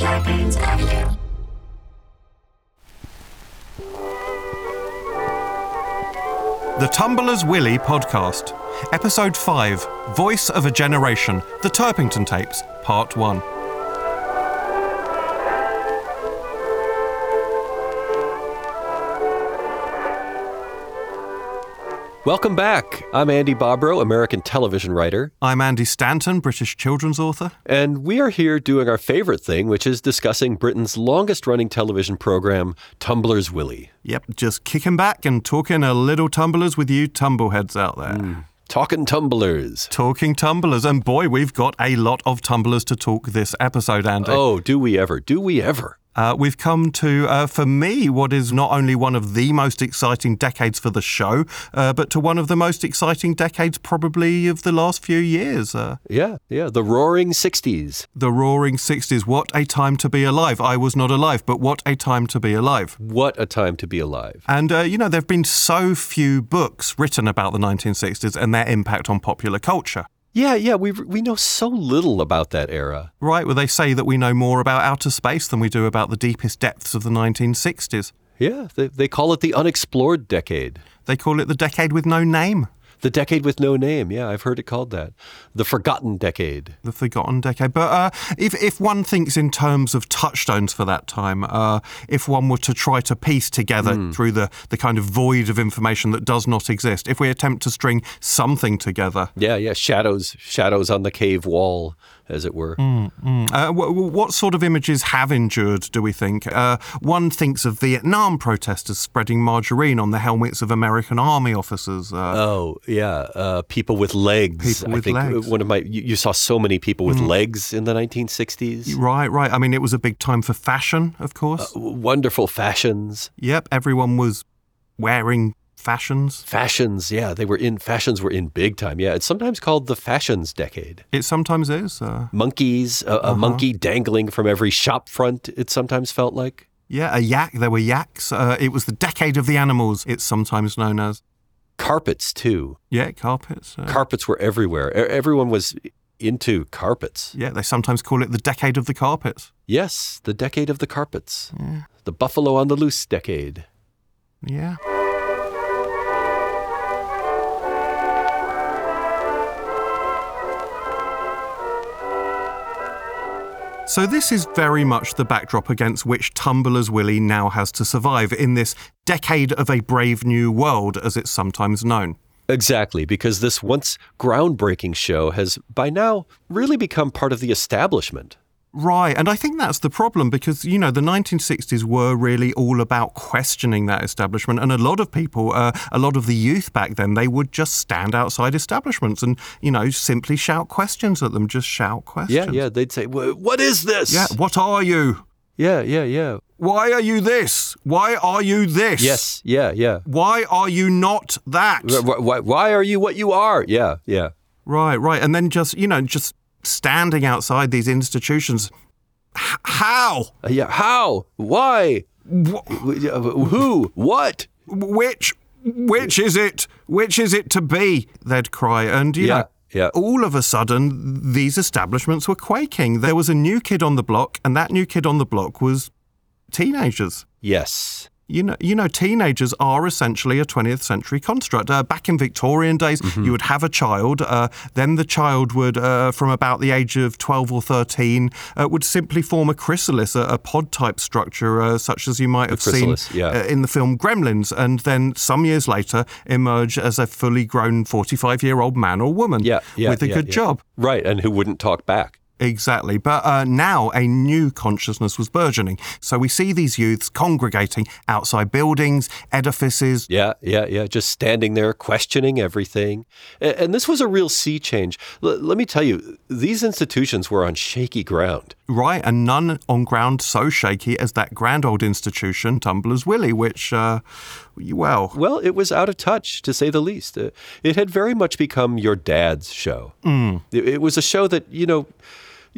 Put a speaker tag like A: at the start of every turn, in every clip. A: Scarpins Avenue.
B: The Tumbler's Willie podcast, episode 5 Voice of a Generation, The Turpington Tapes, part 1.
C: Welcome back. I'm Andy Bobrow, American television writer,
B: I'm Andy Stanton, British children's author.
C: and we are here doing our favorite thing, which is discussing Britain's longest running television program, Tumblr's Willie.
B: Yep, just kicking back and talking a little tumblers with you tumbleheads out there.
C: Mm. Talking Tumblers.
B: Talking tumblers, and boy, we've got a lot of tumblers to talk this episode, Andy.
C: Oh, do we ever? Do we ever?
B: Uh, we've come to, uh, for me, what is not only one of the most exciting decades for the show, uh, but to one of the most exciting decades probably of the last few years. Uh,
C: Yeah, yeah. The roaring 60s.
B: The roaring 60s. What a time to be alive. I was not alive, but what a time to be alive.
C: What a time to be alive.
B: And, uh, you know, there have been so few books written about the 1960s and their impact on popular culture.
C: Yeah, yeah. We, we know so little about that era.
B: Right, well, they say that we know more about outer space than we do about the deepest depths of the 1960s.
C: Yeah, they, they call it the unexplored decade.
B: They call it the decade with no name,
C: The decade with no name. Yeah, I've heard it called that. The forgotten decade.
B: the forgotten decade. But uh, if, if one thinks in terms of touchstones for that time, uh, if one were to try to piece together through the, the kind of void of information that does not exist, if we attempt to string something together,
C: Yeah, yeah. Shadows, shadows on the cave wall, as it were.
B: Uh, wh- wh- what sort of images have endured, do we think? Uh, one thinks of Vietnam protesters spreading margarine on the helmets of American army officers. Uh,
C: Oh yeah, uh, people with legs.
B: People
C: I
B: with
C: think uh,
B: legs. Mm.
C: one of my you, you saw so many people with legs in the 1960s.
B: right, right. I mean, it was a big time for fashion, of course.
C: Uh, W- Wonderful fashions,
B: yep, everyone was wearing fashions.
C: fashions. Yeah, they were in fashions were in big time. Yeah, it's sometimes called the fashions decade.
B: It sometimes is. Uh,
C: Monkeys, a, a
B: Uh-huh.
C: monkey dangling from every shop front. It sometimes felt like.
B: yeah, a yak. There were yaks. Uh, it was the decade of the animals, it's sometimes known as.
C: Carpets too.
B: Yeah, carpets. Uh,
C: Carpets were everywhere. E- everyone was into carpets.
B: yeah, they sometimes call it the decade of the carpets.
C: Yes, the decade of the carpets. The buffalo on the loose decade.
B: Yeah. So, this is very much the backdrop against which Tumblr's Willie now has to survive in this decade of a brave new world, as it's sometimes known.
C: Exactly, because this once groundbreaking show has by now really become part of the establishment.
B: Right, and I think that's the problem because, you know, the 1960s were really all about questioning that establishment. And a lot of people, uh, a lot of the youth back then, they would just stand outside establishments and, you know, simply shout questions at them. Just shout questions.
C: Yeah, yeah, they'd say, "Wha- "What is this?"
B: Yeah, what are you?
C: yeah, yeah, yeah.
B: Why are you this? Why are you this?
C: Yes, yeah, yeah.
B: Why are you not that?
C: Why, why, why are you what you are? Yeah, yeah.
B: Right, right. And then just, you know, just standing outside these institutions. H- how?
C: Uh, Yeah, how? Why?
B: Wh-
C: Wh- uh, Who? What?
B: which which is it which is it to be they'd cry and you
C: Yeah,
B: know
C: yeah.
B: all of a sudden these establishments were quaking there was a new kid on the block and that new kid on the block was teenagers
C: Yes.
B: you know, you know, teenagers are essentially a 20th century construct. Uh, back in Victorian days,
C: Mm-hmm.
B: you would have a child, uh, then the child would, uh, from about the age of 12 or 13, uh, would simply form a chrysalis, a, a pod type structure, uh, such as you might have seen
C: chrysalis, yeah.
B: uh, in the film Gremlins, and then some years later emerge as a fully grown 45 year old man or woman
C: Yeah, yeah.
B: with a
C: yeah,
B: good
C: yeah.
B: job.
C: Right, and who wouldn't talk back?
B: Exactly. But uh, now a new consciousness was burgeoning. So we see these youths congregating outside buildings, edifices.
C: Yeah, yeah, yeah. Just standing there questioning everything. And, and this was a real sea change. L- let me tell you, these institutions were on shaky ground.
B: Right, and none on ground so shaky as that grand old institution, Tumblr's Willie, which, uh, well,
C: Well, it was out of touch, to say the least. Uh, It had very much become your dad's show. It, it was a show that, you know,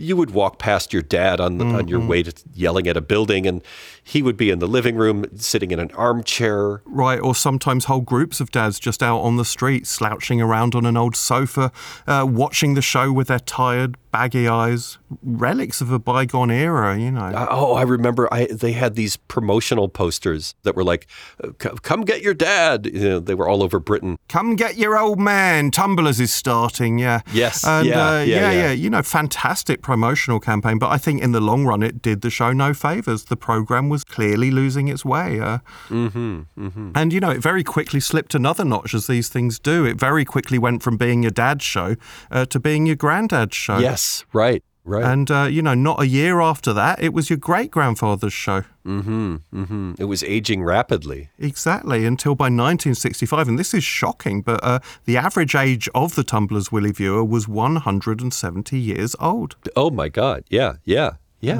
C: you would walk past your dad on, the, on your way to yelling at a building, and he would be in the living room sitting in an armchair.
B: right, or sometimes whole groups of dads just out on the street, slouching around on an old sofa, uh, watching the show with their tired, baggy eyes, relics of a bygone era, you know.
C: Uh, Oh, I remember. I they had these promotional posters that were like, uh, "C- "Come get your dad." You know, they were all over Britain.
B: Come get your old man. Tumblers is starting, yeah.
C: Yes,
B: And,
C: yeah,
B: uh,
C: yeah,
B: yeah,
C: yeah.
B: You know, fantastic promotional campaign, but I think in the long run it did the show no favors. The program was clearly losing its way. Uh,
C: Mm-hmm,
B: And, you know, it very quickly slipped another notch, as these things do. It very quickly went from being your dad's show uh, to being your granddad's show.
C: Yes, right, right.
B: And, uh, you know, not a year after that, it was your great grandfather's show.
C: mm-hmm, mm-hmm. It was aging rapidly.
B: Exactly, until by 1965, and this is shocking, but uh, the average age of the Tumblr's Willy viewer was 170 years old.
C: Oh my God! Yeah, yeah, yeah,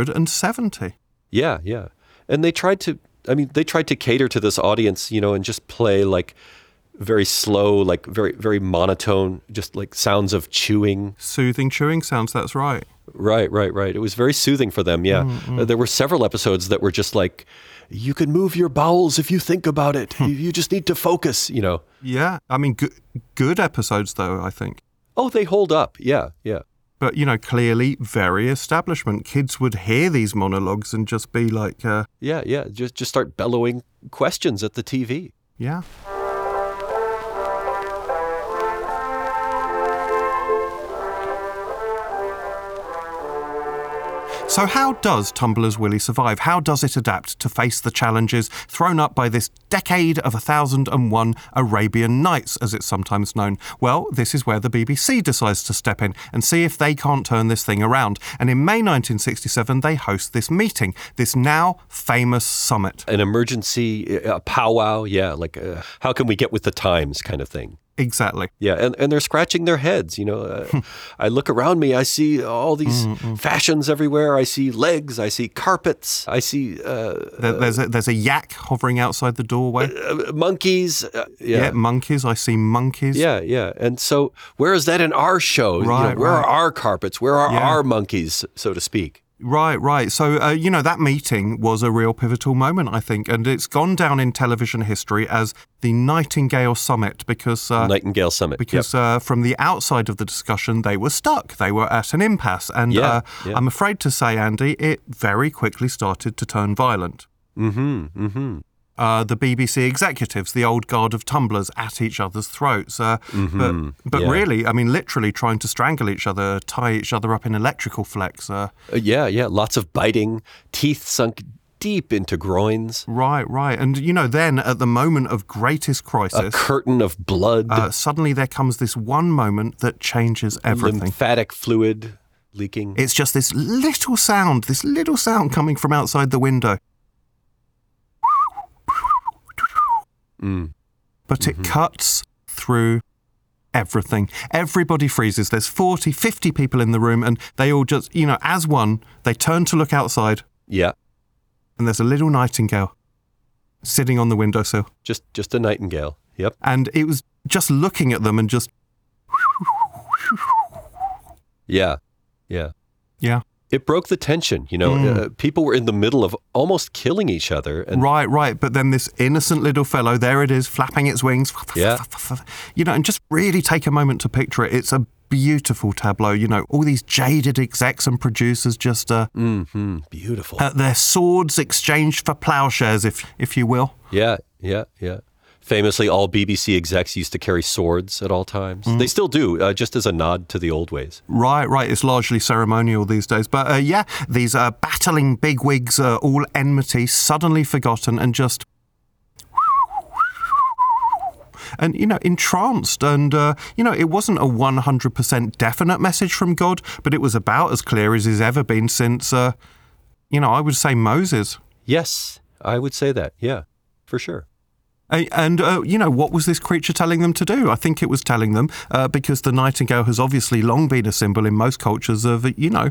B: 170.
C: yeah, yeah. And they tried to. I mean, they tried to cater to this audience, you know, and just play like very slow, like very very monotone, just like sounds of chewing
B: Soothing chewing sounds, that's right.
C: Right, right, right. It was very soothing for them. Yeah. Uh, there were several episodes that were just like, you can move your bowels if you think about it. you, you just need to focus, you know.
B: Yeah, I mean, good, good episodes, though, I think.
C: Oh, they hold up. Yeah, yeah.
B: But, you know, clearly very establishment. Kids would hear these monologues and just be like, uh,
C: Yeah, yeah. Just just start bellowing questions at the TV.
B: yeah. So, how does Tumblr's Willy survive? How does it adapt to face the challenges thrown up by this decade of 1001 Arabian Nights, as it's sometimes known? Well, this is where the BBC decides to step in and see if they can't turn this thing around. And in May 1967, they host this meeting, this now famous summit.
C: An emergency, uh, a powwow. Yeah, like uh, how can we get with the times kind of thing.
B: Exactly.
C: Yeah, and, and they're scratching their heads. You know, uh, I look around me, I see all these
B: Mm,
C: fashions everywhere. I see legs, I see carpets, I see uh,
B: There, there's, a, there's a yak hovering outside the doorway.
C: uh, monkeys. Uh,
B: yeah.
C: yeah,
B: monkeys. I see monkeys.
C: Yeah, yeah. And so, where is that in our show? You know,
B: Right,
C: where
B: right.
C: are our carpets? Where are
B: Yeah.
C: our monkeys, so to speak?
B: Right, right. So, uh, you know, that meeting was a real pivotal moment, I think. And it's gone down in television history as the Nightingale Summit because. Uh,
C: Nightingale Summit.
B: because uh, from the outside of the discussion, they were stuck. They were at an impasse. And
C: Yeah,
B: uh,
C: yeah.
B: I'm afraid to say, Andy, it very quickly started to turn violent.
C: Mm-hmm. Mm-hmm.
B: uh, the BBC executives, the old guard of tumblers, at each other's throats. Uh, But, but
C: yeah.
B: really, I mean, literally trying to strangle each other, tie each other up in electrical flex. Uh,
C: Uh, yeah, yeah. Lots of biting, teeth sunk deep into groins,
B: right, right. And, you know, then at the moment of greatest
C: a
B: crisis,
C: curtain of blood,
B: uh, suddenly there comes this one moment that changes everything.
C: lymphatic fluid leaking.
B: It's just this little sound, this little sound coming from outside the window.
C: Mm.
B: but it cuts through everything. Everybody freezes. There's 40, 50 people in the room, and they all just, you know, as one, they turn to look outside,
C: Yeah,
B: and there's a little nightingale sitting on the windowsill.
C: just just a nightingale. Yep.
B: And it was just looking at them and just,
C: Yeah, yeah.
B: yeah.
C: It broke the tension. You know, uh, people were in the middle of almost killing each other, and
B: Mm. Right, right. But then this innocent little fellow, there it is, flapping its wings.
C: Yeah.
B: You know, and just really take a moment to picture it. It's a beautiful tableau. You know, all these jaded execs and producers just uh,
C: hmm beautiful.
B: uh, their swords exchanged for plowshares, if if you will.
C: Yeah, yeah, yeah. Famously, all BBC execs used to carry swords at all times.
B: Mm.
C: They still do, uh, just as a nod to the old ways.
B: Right, right. It's largely ceremonial these days, but uh, yeah, these uh, battling bigwigs, uh, all enmity, suddenly forgotten and just. And you know, entranced, and uh, you know, it wasn't a one hundred percent definite message from God, but it was about as clear as it's ever been since, uh, you know, I would say Moses.
C: Yes, I would say that. Yeah, for sure.
B: A- And, uh, you know, what was this creature telling them to do? I think it was telling them, uh, because the nightingale has obviously long been a symbol in most cultures of, uh, you know,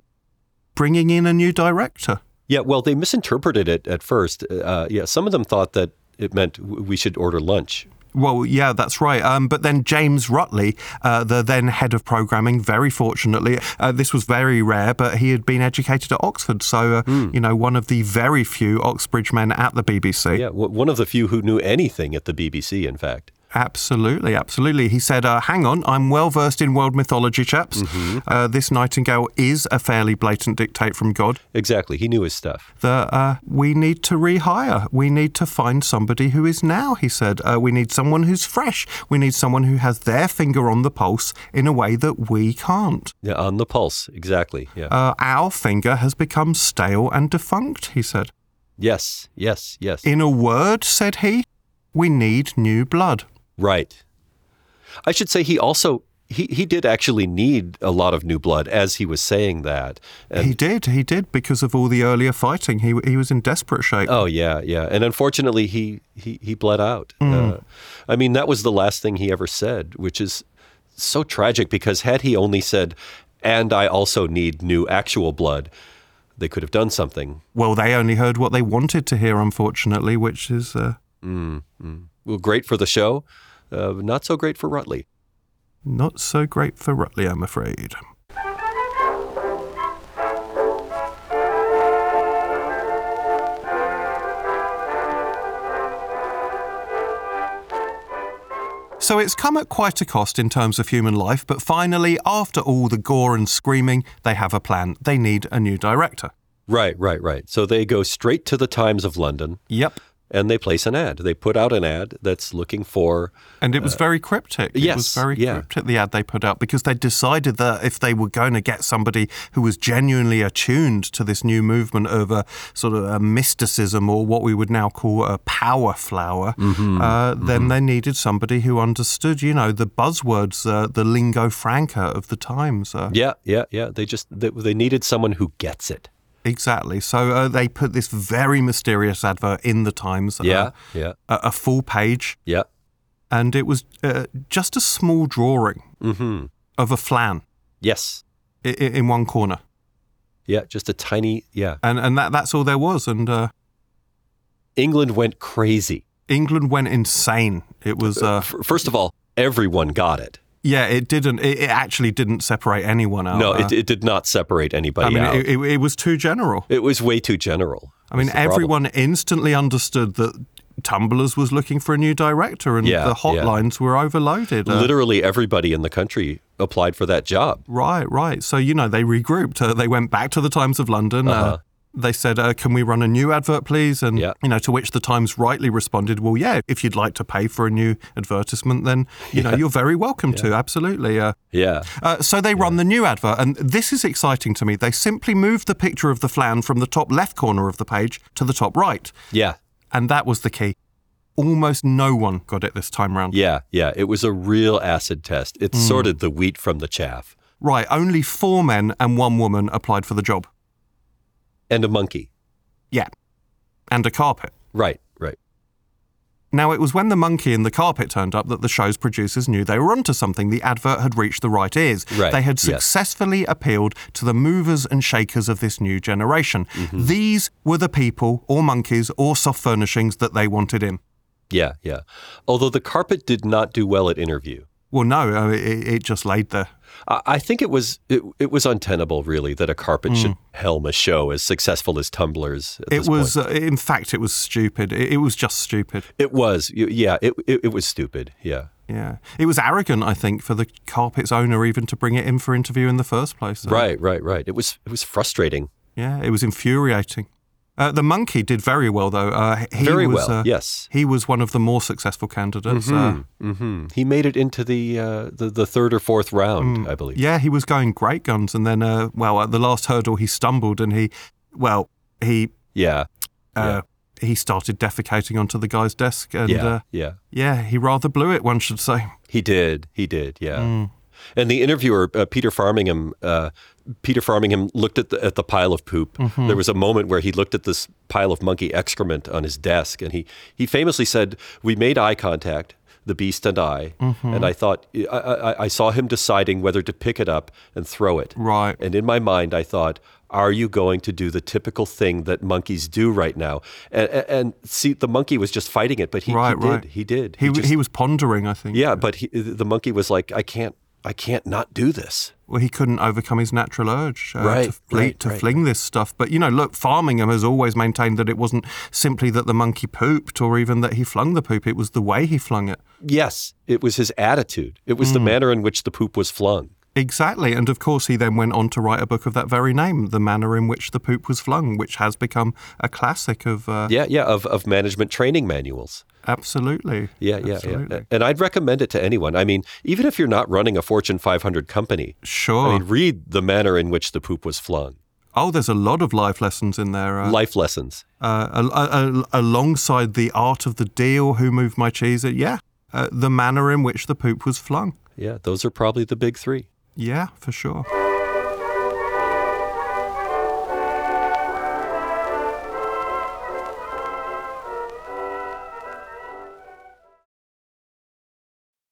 B: bringing in a new director.
C: Yeah, well, they misinterpreted it at first. Uh, yeah, some of them thought that it meant w- we should order lunch.
B: Well, yeah, that's right. Um, but then James Rutley, uh, the then head of programming, very fortunately, uh, this was very rare, but he had been educated at Oxford. So, uh, you know, one of the very few Oxbridge men at the BBC.
C: Yeah, w- one of the few who knew anything at the BBC, in fact.
B: Absolutely, absolutely. He said, uh, Hang on, I'm well versed in world mythology, chaps. Uh, this nightingale is a fairly blatant dictate from God
C: Exactly. He knew his stuff.
B: that uh, we need to rehire. We need to find somebody who is now, he said. Uh, we need someone who's fresh. We need someone who has their finger on the pulse in a way that we can't.
C: Yeah, on the pulse. Exactly. Yeah.
B: Uh, our finger has become stale and defunct, he said.
C: yes. Yes. Yes.
B: In a word, said he, we need new blood.
C: Right. I should say he also he, he did actually need a lot of new blood as he was saying that. And
B: he did, he did, because of all the earlier fighting. He, he was in desperate shape.
C: oh yeah, yeah. And unfortunately he he he bled out. Uh, I mean that was the last thing he ever said, which is so tragic because had he only said and I also need new actual blood, they could have done something.
B: Well, they only heard what they wanted to hear, unfortunately, which is. Uh,
C: Mm, Well, great for the show, uh, not so great for Rutley.
B: Not so great for Rutley, I'm afraid. So it's come at quite a cost in terms of human life, but finally, after all the gore and screaming, they have a plan. They need a new director.
C: Right, right, right. So they go straight to the Times of London.
B: Yep.
C: and they place an ad. They put out an ad that's looking for
B: And it was very cryptic. it was
C: Uh, yes,
B: very
C: yeah.
B: cryptic, the ad they put out, because they decided that if they were going to get somebody who was genuinely attuned to this new movement of a sort of a mysticism or what we would now call a power flower,
C: Mm-hmm,
B: uh, then they needed somebody who understood, you know, the buzzwords, uh, the lingo franca of the times. Uh,
C: yeah, yeah, yeah. They just they, they needed someone who gets it.
B: Exactly. So uh, they put this very mysterious advert in the Times. uh,
C: Yeah, yeah,
B: a, a full page,
C: yeah.
B: and it was uh, just a small drawing
C: Mm-hmm.
B: of a flan.
C: Yes,
B: i- i- in one corner,
C: yeah. Just a tiny yeah.
B: and and that that's all there was. And uh,
C: England went crazy.
B: England went insane. It was uh,
C: F- First of all, everyone got it.
B: yeah, it didn't. It, it actually didn't separate anyone out.
C: No,
B: Uh,
C: it, it did not separate anybody
B: I mean,
C: out.
B: it, it, it was too general.
C: It was way too general.
B: I mean,
C: That's the problem.
B: everyone instantly understood that Tumblers was looking for a new director, and
C: Yeah,
B: the
C: yeah.
B: hotlines were overloaded. Uh,
C: Literally everybody in the country applied for that job.
B: Right, right. So you know they regrouped. Uh, they went back to the Times of London. uh they said, uh, "Can we run a new advert, please?" And
C: Uh-huh. Yeah.
B: you know, to which the Times rightly responded, "Well, yeah. If you'd like to pay for a new advertisement, then you know you're very welcome to. Absolutely." Uh,
C: Yeah.
B: uh, so they run the new advert, and this is exciting to me. They simply moved the picture of the flan from the top left corner of the page to the top right,
C: Yeah.
B: and that was the key. Almost no one got it this time round.
C: Yeah. Yeah. It was a real acid test.
B: Hmm.
C: It sorted the wheat from the chaff.
B: Right, only four men and one woman applied for the job.
C: And a monkey.
B: Yeah, and a carpet.
C: Right. Right.
B: Now, it was when the monkey and the carpet turned up that the show's producers knew they were onto something. The advert had reached the right ears.
C: Right,
B: They had
C: yes.
B: successfully appealed to the movers and shakers of this new generation.
C: Mm-hmm.
B: These were the people, or monkeys, or soft furnishings that they wanted in.
C: Yeah, yeah. Although the carpet did not do well at interview.
B: Well, no, I mean, it, it just laid there.
C: I I think it was it, it was untenable, really, that a carpet should helm a show as successful as Tumblr's. At
B: Hmm. It
C: this
B: was,
C: Point.
B: uh, in fact, it was stupid. It, it was just stupid.
C: It was. y- Yeah. It, it it was stupid. Yeah.
B: Yeah. It was arrogant, I think, for the carpet's owner even to bring it in for interview in the first place. Uh,
C: Right. Right. Right. It was it was frustrating.
B: Yeah, it was infuriating. Uh, the monkey did very well, though. Uh, he
C: Very
B: was,
C: well.
B: uh,
C: yes.
B: He was one of the more successful candidates. Uh,
C: hmm He made it into the uh, the, the third or fourth round,
B: Mm.
C: I believe.
B: yeah, he was going great guns, and then, uh, well, at the last hurdle, he stumbled and he, well, he
C: Yeah.
B: uh, he started defecating onto the guy's desk, and
C: Yeah.
B: Uh,
C: yeah.
B: yeah, he rather blew it, one should say.
C: He did. He did. Yeah.
B: Hmm.
C: And the interviewer, uh, Peter Farmingham, uh, Peter Farmingham looked at the at the pile of poop.
B: Mm-hmm.
C: There was a moment where he looked at this pile of monkey excrement on his desk, and he he famously said, "We made eye contact." The beast and I,
B: Mm-hmm.
C: and I thought I, I, I saw him deciding whether to pick it up and throw it.
B: Right.
C: And in my mind, I thought, "Are you going to do the typical thing that monkeys do right now?" And, and, and see, the monkey was just fighting it, but he,
B: Right,
C: he did.
B: right.
C: He did.
B: He, w
C: just-
B: he was pondering, I think.
C: yeah, but he, the monkey was like, I can't I can't not do this.
B: Well, he couldn't overcome his natural urge uh,
C: Right,
B: to, flee,
C: right,
B: to
C: right,
B: fling this stuff. But, you know, look, Farmingham has always maintained that it wasn't simply that the monkey pooped or even that he flung the poop, it was the way he flung it.
C: Yes, it was his attitude. It was the
B: Hmm.
C: manner in which the poop was flung.
B: Exactly. And of course, he then went on to write a book of that very name, The Manner in Which the Poop Was Flung, which has become a classic of. Uh,
C: Yeah, yeah, of, of management training manuals.
B: Absolutely.
C: Yeah, yeah,
B: absolutely.
C: yeah. And I'd recommend it to anyone. I mean, even if you're not running a Fortune 500 company,
B: Sure.
C: I mean, read the manner in which the poop was flung.
B: oh, there's a lot of life lessons in there. Uh,
C: Life lessons.
B: uh, al- al- alongside The Art of the Deal, Who Moved My Cheese? Yeah. Uh, the Manner in Which the Poop Was Flung.
C: Yeah, those are probably the big three.
B: Yeah, for sure.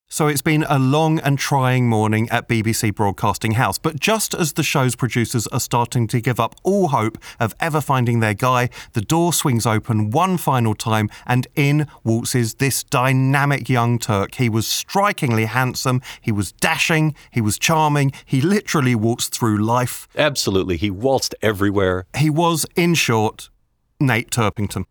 B: So it's been a long and trying morning at BBC Broadcasting House, but just as the show's producers are starting to give up all hope of ever finding their guy, the door swings open one final time and in waltzes this dynamic young Turk. He was strikingly handsome, he was dashing, he was charming, he literally waltzed through life.
C: Absolutely. He waltzed everywhere.
B: He was, in short, Nate Turpington.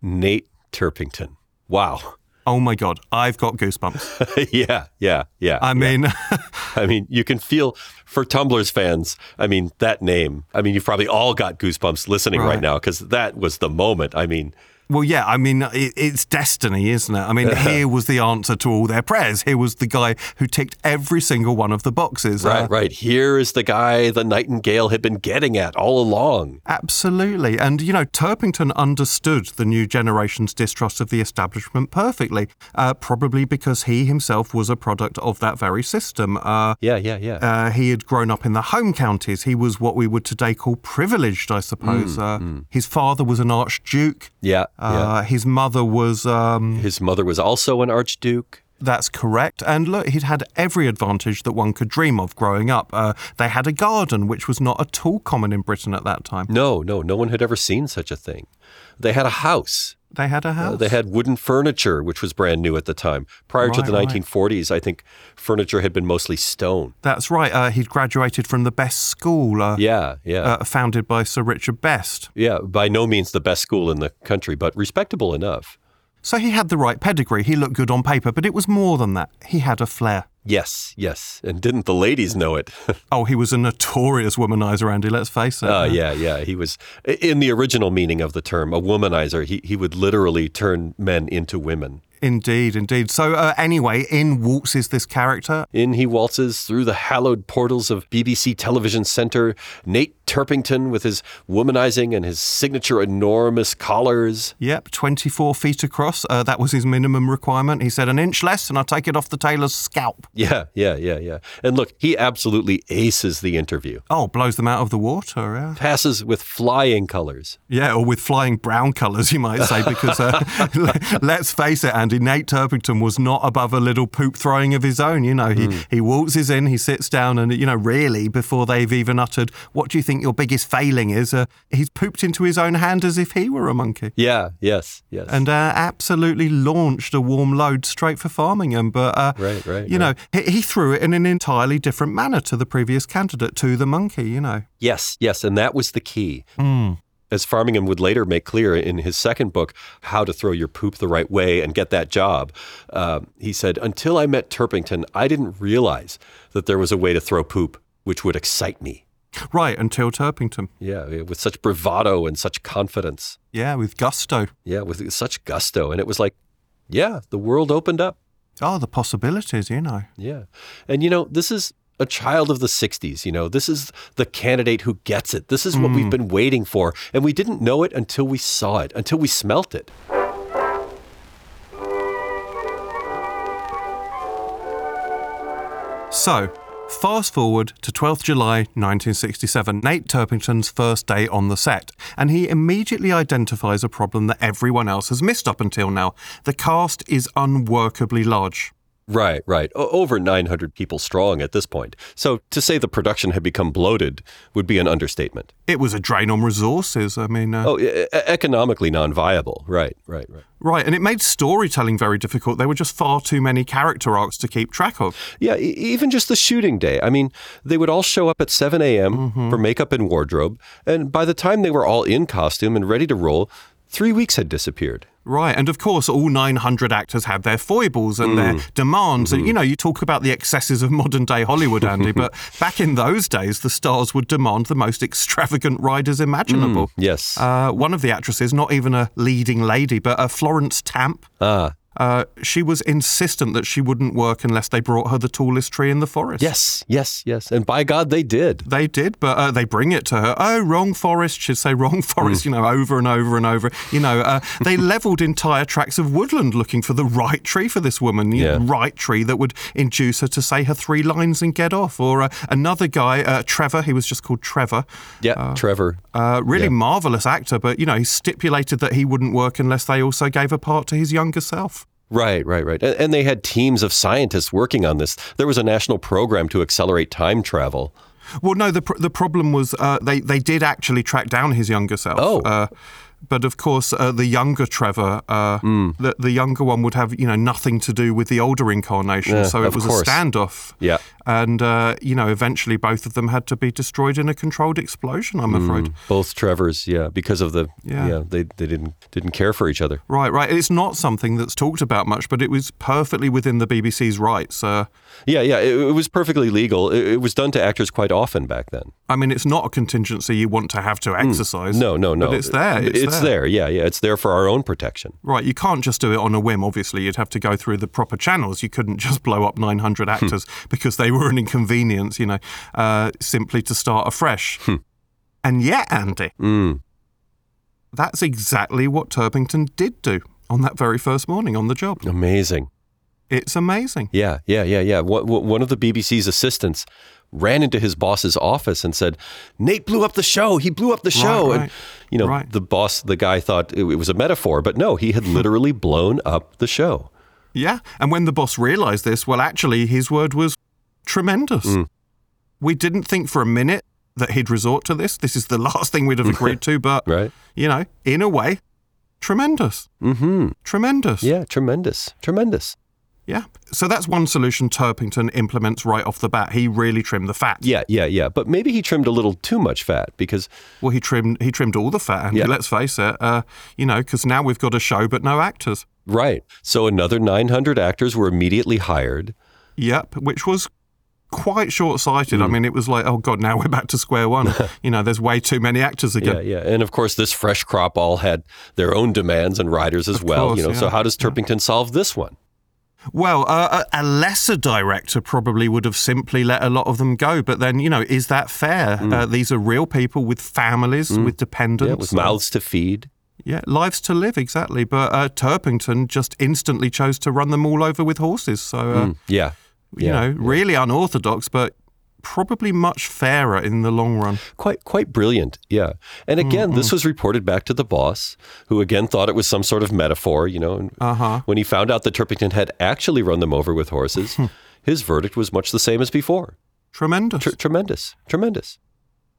C: Nate Turpington. Wow.
B: Oh my God, I've got goosebumps.
C: yeah, yeah, yeah.
B: I mean,
C: I mean, you can feel for Tumblr's fans. I mean, that name. I mean, you've probably all got goosebumps listening right,
B: Right.
C: now because that was the moment. I mean,
B: Well, yeah, I mean, it, it's destiny, isn't it? I mean, here was the answer to all their prayers. Here was the guy who ticked every single one of the boxes. Uh,
C: right, right. Here is the guy the Nightingale had been getting at all along.
B: Absolutely. And, you know, Turpington understood the new generation's distrust of the establishment perfectly, uh, probably because he himself was a product of that very system. Uh,
C: Yeah, yeah, yeah.
B: uh, he had grown up in the home counties. He was what we would today call privileged, I suppose.
C: Mm,
B: uh, His father was an archduke.
C: yeah, yeah.
B: Uh, His mother was um,
C: His mother was also an archduke.
B: That's correct. And look, he'd had every advantage that one could dream of growing up. Uh, they had a garden, which was not at all common in Britain at that time.
C: No, no, no one had ever seen such a thing. They had a house.
B: They had a house.
C: Uh, They had wooden furniture, which was brand new at the time. Prior to
B: Right,
C: the
B: right.
C: 1940s, I think furniture had been mostly stone.
B: That's right. Uh, he'd graduated from the best school uh,
C: Yeah, yeah.
B: uh, founded by Sir Richard Best.
C: Yeah, by no means the best school in the country, but respectable enough.
B: So he had the right pedigree. He looked good on paper, but it was more than that. He had a flair.
C: Yes, yes. And didn't the ladies know it? Ah,
B: Oh, he was a notorious womanizer, Andy, let's face it.
C: Oh, yeah, yeah. He was, in the original meaning of the term, a womanizer. He, he would literally turn men into women.
B: Indeed, indeed. So, uh, anyway, in waltzes this character,
C: In he waltzes through the hallowed portals of BBC Television Center, Nate Turpington with his womanizing and his signature enormous collars.
B: Yep, 24 feet across. Uh, that was his minimum requirement. He said an inch less, and I take it off the tailor's scalp.
C: Yeah, yeah, yeah, yeah. And look, he absolutely aces the interview,
B: Oh, blows them out of the water. Yeah,
C: passes with flying colors.
B: yeah or with flying brown colours, you might say, because uh, le- let's face it, Andy, Nate Turpington was not above a little poop throwing of his own. You know, he, he waltzes in, he sits down, and, you know, really, before they've even uttered, what do you think your biggest failing is, uh, he's pooped into his own hand as if he were a monkey.
C: Yeah, yes, yes.
B: and uh, absolutely launched a warm load straight for Farmingham. But uh,
C: Right, right,
B: you know, he, he threw it in an entirely different manner to the previous candidate, to the monkey. You know,
C: Yes, yes, and that was the key. As Farmingham would later make clear in his second book, How to Throw Your Poop the Right Way and Get That Job, uh, he said, Until I met Turpington, I didn't realize that there was a way to throw poop which would excite me.
B: right until Turpington.
C: Yeah, with such bravado and such confidence.
B: Yeah, with gusto.
C: Yeah, with such gusto. And it was like, yeah, the world opened up.
B: Oh, the possibilities. You know.
C: Yeah. And you know, this is a child of the 60s, you know. This is the candidate who gets it. This is what we've been waiting for, and we didn't know it until we saw it, until we smelt it.
B: So. Fast forward to 12th July 1967, Nate Turpington's first day on the set, and he immediately identifies a problem that everyone else has missed up until now. The cast is unworkably large.
C: Right, right. O- over 900 people strong at this point. So to say the production had become bloated would be an understatement.
B: It was a drain on resources. I mean, uh,
C: Oh, e- e- economically non viable. Right, right, right.
B: right, and it made storytelling very difficult. There were just far too many character arcs to keep track of.
C: Yeah, e- even just the shooting day. I mean, they would all show up at 7 a.m. for makeup and wardrobe. And by the time they were all in costume and ready to roll, three weeks had disappeared.
B: Right, and of course, all 900 actors had their foibles and their
C: Mm.
B: demands.
C: Mm-hmm.
B: And you know, you talk about the excesses of modern day Hollywood, Andy, but back in those days, the stars would demand the most extravagant riders imaginable.
C: Yes.
B: Uh, one of the actresses, not even a leading lady, but uh, Florence Tamp.
C: Ah.
B: Uh, she was insistent that she wouldn't work unless they brought her the tallest tree in the forest.
C: yes, yes, yes. And by God, they did.
B: They did, but uh, they bring it to her. Oh, wrong forest. She'd say
C: Hmm.
B: wrong forest, you know, over and over and over. You know, uh, they leveled entire tracts of woodland looking for the right tree for this woman, the
C: Yeah.
B: right tree that would induce her to say her three lines and get off. Or uh, another guy, uh, Trevor, he was just called Trevor.
C: Yeah, Trevor.
B: Uh, really marvelous actor, but you know he stipulated that he wouldn't work unless they also gave a part to his younger self.
C: Right, right, right. And, and they had teams of scientists working on this. There was a national program to accelerate time travel.
B: Well, no, the pr- the problem was uh, they they did actually track down his younger self.
C: Oh.
B: Uh, but of course, uh, the younger Trevor, uh,
C: Mm.
B: the, the younger one would have you know nothing to do with the older incarnation, so it
C: of
B: was
C: course.
B: a standoff.
C: Yeah.
B: and uh, you know eventually both of them had to be destroyed in a controlled explosion.
C: Mm.
B: I'm afraid.
C: Both Trevors, yeah, because of the yeah,
B: Yeah.
C: they, they didn't didn't care for each other.
B: Right, right. It's not something that's talked about much, but it was perfectly within the BBC's rights. Uh,
C: Yeah, yeah, it, it was perfectly legal. It, it was done to actors quite often back then.
B: I mean, it's not a contingency you want to have to exercise.
C: Mm. No, no, no.
B: But it's there. It's, there.
C: Yeah, yeah. It's there for our own protection.
B: Right, you can't just do it on a whim, obviously. You'd have to go through the proper channels. You couldn't just blow up 900 actors because they were an inconvenience, you know, uh, simply to start afresh. and yet, Andy,
C: Mm.
B: that's exactly what Turpington did do on that very first morning on the job.
C: Amazing.
B: It's amazing.
C: Yeah, yeah, yeah, yeah. One, one one of the BBC's assistants ran into his boss's office and said, "Nate blew up the show. He blew up the show." And
B: right,
C: you know,
B: right.
C: the boss, the guy thought it, it was a metaphor, but no, he had literally blown up the show.
B: Yeah. And when the boss realised this, well, actually, his word was tremendous. We didn't think for a minute that he'd resort to this. This is the last thing we'd have agreed to, but,
C: Right?
B: you know, in a way, tremendous.
C: Mm-hmm.
B: Tremendous.
C: Yeah, tremendous, tremendous.
B: Yeah. So that's one solution Turpington implements right off the bat. He really trimmed the fat.
C: Yeah, yeah, yeah. But maybe he trimmed a little too much fat because
B: Well, he trimmed he trimmed all the fat, Andy.
C: Yeah.
B: Let's face it. Uh, you know, because now we've got a show but no actors.
C: right. So another 900 actors were immediately hired.
B: Yep. Which was quite short sighted. I
C: Mm.
B: mean, it was like, oh god, now we're back to square one. you know, there's way too many actors again.
C: Yeah, yeah. And of course, this fresh crop all had their own demands and riders as well.
B: course,
C: you know, so
B: yeah,
C: how does Turpington solve this one?
B: Well, uh, a a lesser director probably would have simply let a lot of them go. But then, you know, is that fair? Uh, these are real people with families, with dependents,
C: Mm. Yeah, with mouths to feed.
B: Yeah, lives to live, exactly. But uh, Turpington just instantly chose to run them all over with horses. So, uh,
C: Yeah.
B: you
C: Mm, yeah.
B: know, really unorthodox, but probably much fairer in the long run.
C: Quite quite brilliant. Yeah. And again, this was reported back to the boss, who again thought it was some sort of metaphor, you know. And
B: Uh huh.
C: when he found out that Turpington had actually run them over with horses, his verdict was much the same as before.
B: Tremendous.
C: Tr- tremendous. Tremendous.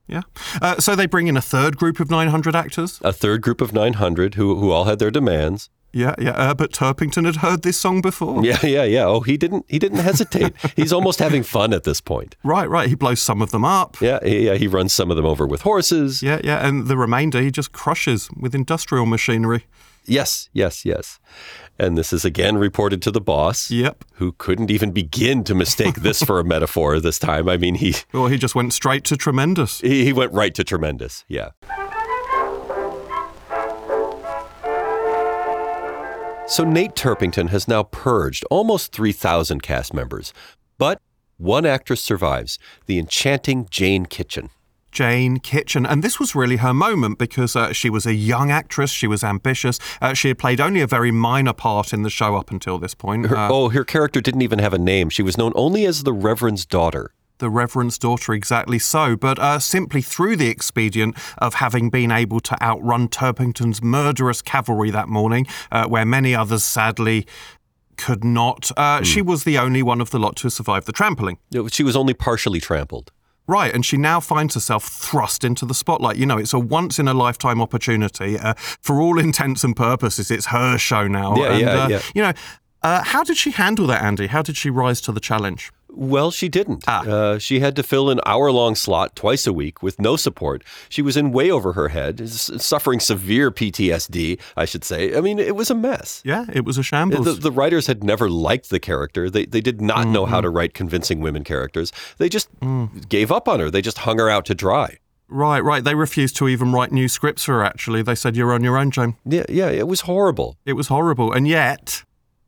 B: yeah. Uh, so they bring in a third group of 900 actors.
C: A third group of 900 who, who all had their demands.
B: Yeah, yeah. Uh, but Turpington had heard this song before.
C: Yeah, yeah, yeah. Oh, he didn't he didn't hesitate. He's almost having fun at this point.
B: Right, right. He blows some of them up.
C: Yeah, yeah, he runs some of them over with horses.
B: Yeah, yeah. And the remainder he just crushes with industrial machinery.
C: Yes, yes, yes. And this is again reported to the boss,
B: Yep.
C: who couldn't even begin to mistake this for a metaphor this time. I mean, he
B: Or he just went straight to tremendous.
C: he he went right to tremendous. Yeah. So Nate Turpington has now purged almost 3,000 cast members, but one actress survives, the enchanting Jane Kitchen.
B: Jane Kitchen. And this was really her moment because uh, she was a young actress, she was ambitious. Uh, she had played only a very minor part in the show up until this point.
C: Her,
B: Uh,
C: oh, her character didn't even have a name. She was known only as the Reverend's daughter.
B: the Reverend's daughter, exactly so. But uh, simply through the expedient of having been able to outrun Turpington's murderous cavalry that morning, uh, where many others sadly could not. Uh, She was the only one of the lot to survive the trampling.
C: No, She was only partially trampled.
B: Right, and she now finds herself thrust into the spotlight. You know, it's a once in a lifetime opportunity. Uh, for all intents and purposes, it's her show now.
C: Yeah,
B: and,
C: yeah,
B: uh,
C: yeah.
B: You know, uh, how did she handle that, Andy? How did she rise to the challenge?
C: Well, she didn't. Uh, she had to fill an hour long slot twice a week with no support. She was in way over her head, s- suffering severe PTSD, I should say. I mean, it was a mess.
B: Yeah, it was a
C: The,
B: shambles.
C: the writers had never liked the character. They, they did not know how to write convincing women characters. They just gave up on her. They just hung her out to dry.
B: right, right. They refused to even write new scripts for her, actually. They said, You're on your own, Jane.
C: Yeah, yeah, it was horrible.
B: It was horrible. And yet.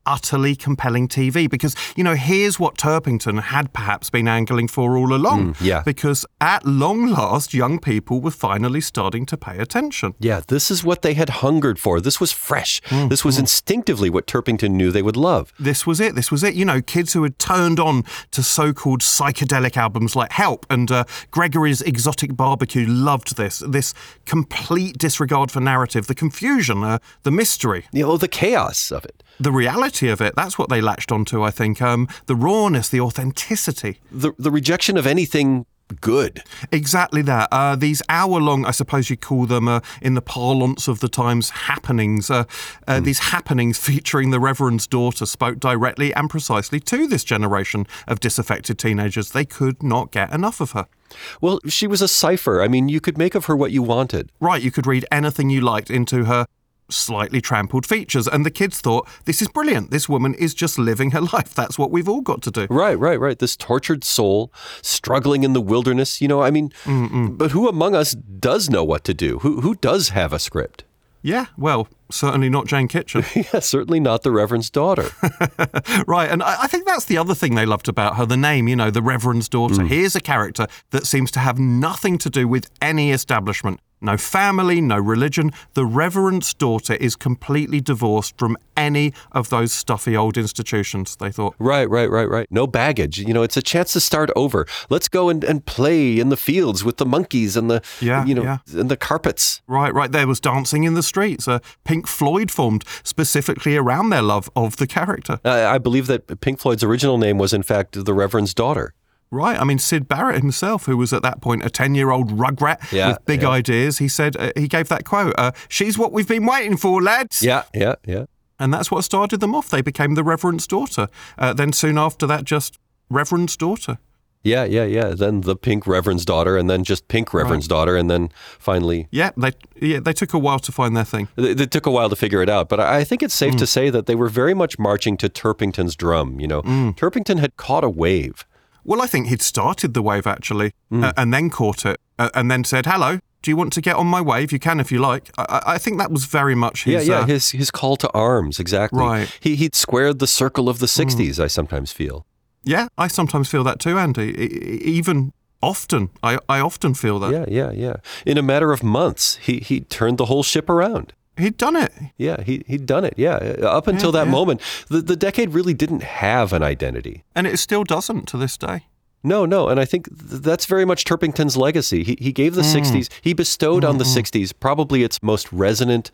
B: Utterly compelling TV because, you know, here's what Turpington had perhaps been angling for all along.
C: Mm, yeah.
B: Because at long last, young people were finally starting to pay attention.
C: Yeah, this is what they had hungered for. This was fresh. This was instinctively what Turpington knew they would love.
B: this was it. This was it. You know, kids who had turned on to so-called psychedelic albums like Help and uh, Gregory's Exotic Barbecue loved this. This complete disregard for narrative, the confusion, uh, the mystery,
C: You know, the chaos of it.
B: the reality of it. That's what they latched onto. I think um, the rawness, the authenticity.
C: the the rejection of anything good.
B: Exactly that. Uh, these hour-long, I suppose you'd call them, uh, in the parlance of the times, happenings. Uh, uh, These happenings featuring the Reverend's daughter spoke directly and precisely to this generation of disaffected teenagers. They could not get enough of her.
C: Well, she was a cipher. I mean, you could make of her what you wanted.
B: Right, you could read anything you liked into her slightly trampled features, and the kids thought, "This is brilliant. This woman is just living her life. That's what we've all got to do."
C: Right, right, right. This tortured soul struggling in the wilderness, you know, I mean, but who among us does know what to do? Who who does have a script?
B: Yeah, well, certainly not Jane Kitchen.
C: Yeah, certainly not the reverend's daughter.
B: Right, and I, I think that's the other thing they loved about her the name, you know, the Reverend's daughter.
C: Mm.
B: Here's a character that seems to have nothing to do with any establishment no family, no religion. The Reverend's daughter is completely divorced from any of those stuffy old institutions, they thought.
C: right, right, right, right. No baggage. You know, it's a chance to start over. Let's go and, and play in the fields with the monkeys and the
B: Yeah,
C: you know,
B: yeah.
C: and the carpets.
B: Right, right, there was dancing in the streets. Uh, Pink Floyd formed specifically around their love of the character.
C: I, I believe that Pink Floyd's original name was in fact the reverend's daughter.
B: Right. I mean, Sid Barrett himself, who was at that point a 10 year old rugrat
C: Yeah,
B: with big
C: yeah.
B: ideas, he said, uh, he gave that quote, uh, She's what we've been waiting for, lads.
C: Yeah, yeah, yeah.
B: And that's what started them off. They became the Reverend's daughter. Uh, then soon after that, just Reverend's daughter.
C: Yeah, yeah, yeah. Then the pink reverend's daughter, and then just pink reverend's daughter, and then finally.
B: Yeah they, yeah, they took a while to find their thing.
C: It it took a while to figure it out, but I I think it's safe
B: Mm.
C: to say that they were very much marching to Turpington's drum. You know,
B: Mm.
C: Turpington had caught a wave.
B: Well, I think he'd started the wave actually,
C: Hmm.
B: uh, and then caught it, uh, and then said, Hello, do you want to get on my wave? You can if you like. I, I I think that was very much his.
C: yeah, yeah.
B: uh,
C: his his call to arms, exactly.
B: Right. Mm.
C: He he'd squared the circle of the '60s. I sometimes feel.
B: yeah, I sometimes feel that too, Andy. E- e- even often, I, I often feel that.
C: Yeah, yeah, yeah. In a matter of months, he he turned the whole ship around.
B: He'd done it.
C: Yeah, he he'd done it. Yeah, up until that
B: yeah.
C: moment, the the decade really didn't have an identity.
B: And it still doesn't to this day.
C: No, no, and I think th- that's very much Turpington's legacy. He he gave the '60s, he bestowed on the '60s probably its most resonant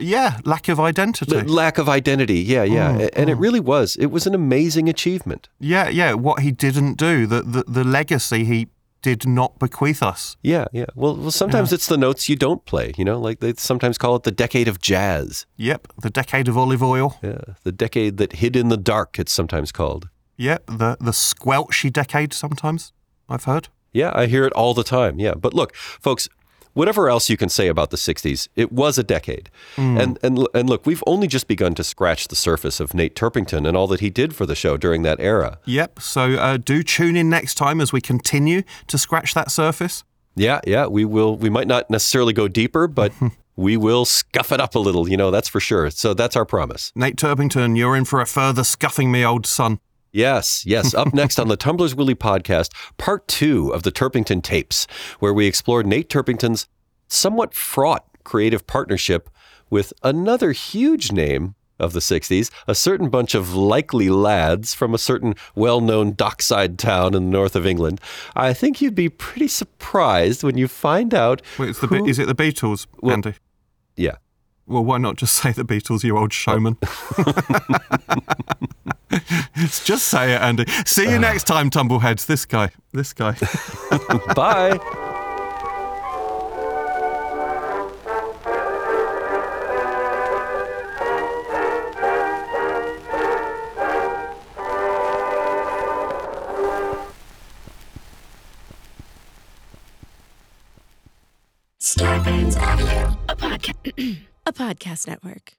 B: Yeah, lack of identity.
C: l- lack of identity. Yeah, yeah, A- and it really was. It was an amazing achievement.
B: yeah, yeah, what he didn't do, the, the, the legacy he did not bequeath us.
C: Yeah, yeah. Well, well sometimes it's the notes you don't play. You know, like they sometimes call it the decade of jazz.
B: Yep, the decade of olive oil.
C: Yeah, the decade that hid in the dark. It's sometimes called.
B: Yep, the, the squelchy decade sometimes, I've heard.
C: Yeah, I hear it all the time. Yeah, but look, folks, whatever else you can say about the '60s, it was a decade, and and and look, we've only just begun to scratch the surface of Nate Turpington and all that he did for the show during that era.
B: Yep, so uh, do tune in next time as we continue to scratch that surface.
C: Yeah, yeah, we will. We might not necessarily go deeper, but we will scuff it up a little. You know, that's for sure. So that's our promise.
B: Nate Turpington, you're in for a further scuffing me, old son.
C: Yes, yes. Up next on the Tumblr's Willie podcast, part two of the Turpington tapes, where we explore Nate Turpington's somewhat fraught creative partnership with another huge name of the 60s, a certain bunch of likely lads from a certain well known dockside town in the north of England. I think you'd be pretty surprised when you find out.
B: Wait, it's the, Be-
C: who-
B: is it the Beatles, Andy?
C: yeah.
B: Well, why not just say the Beatles, you old showman? just say it, Andy. See you next time, Tumbleheads. This guy. This guy.
C: Bye.
A: Scorpions Audio, a podcast, a podcast network.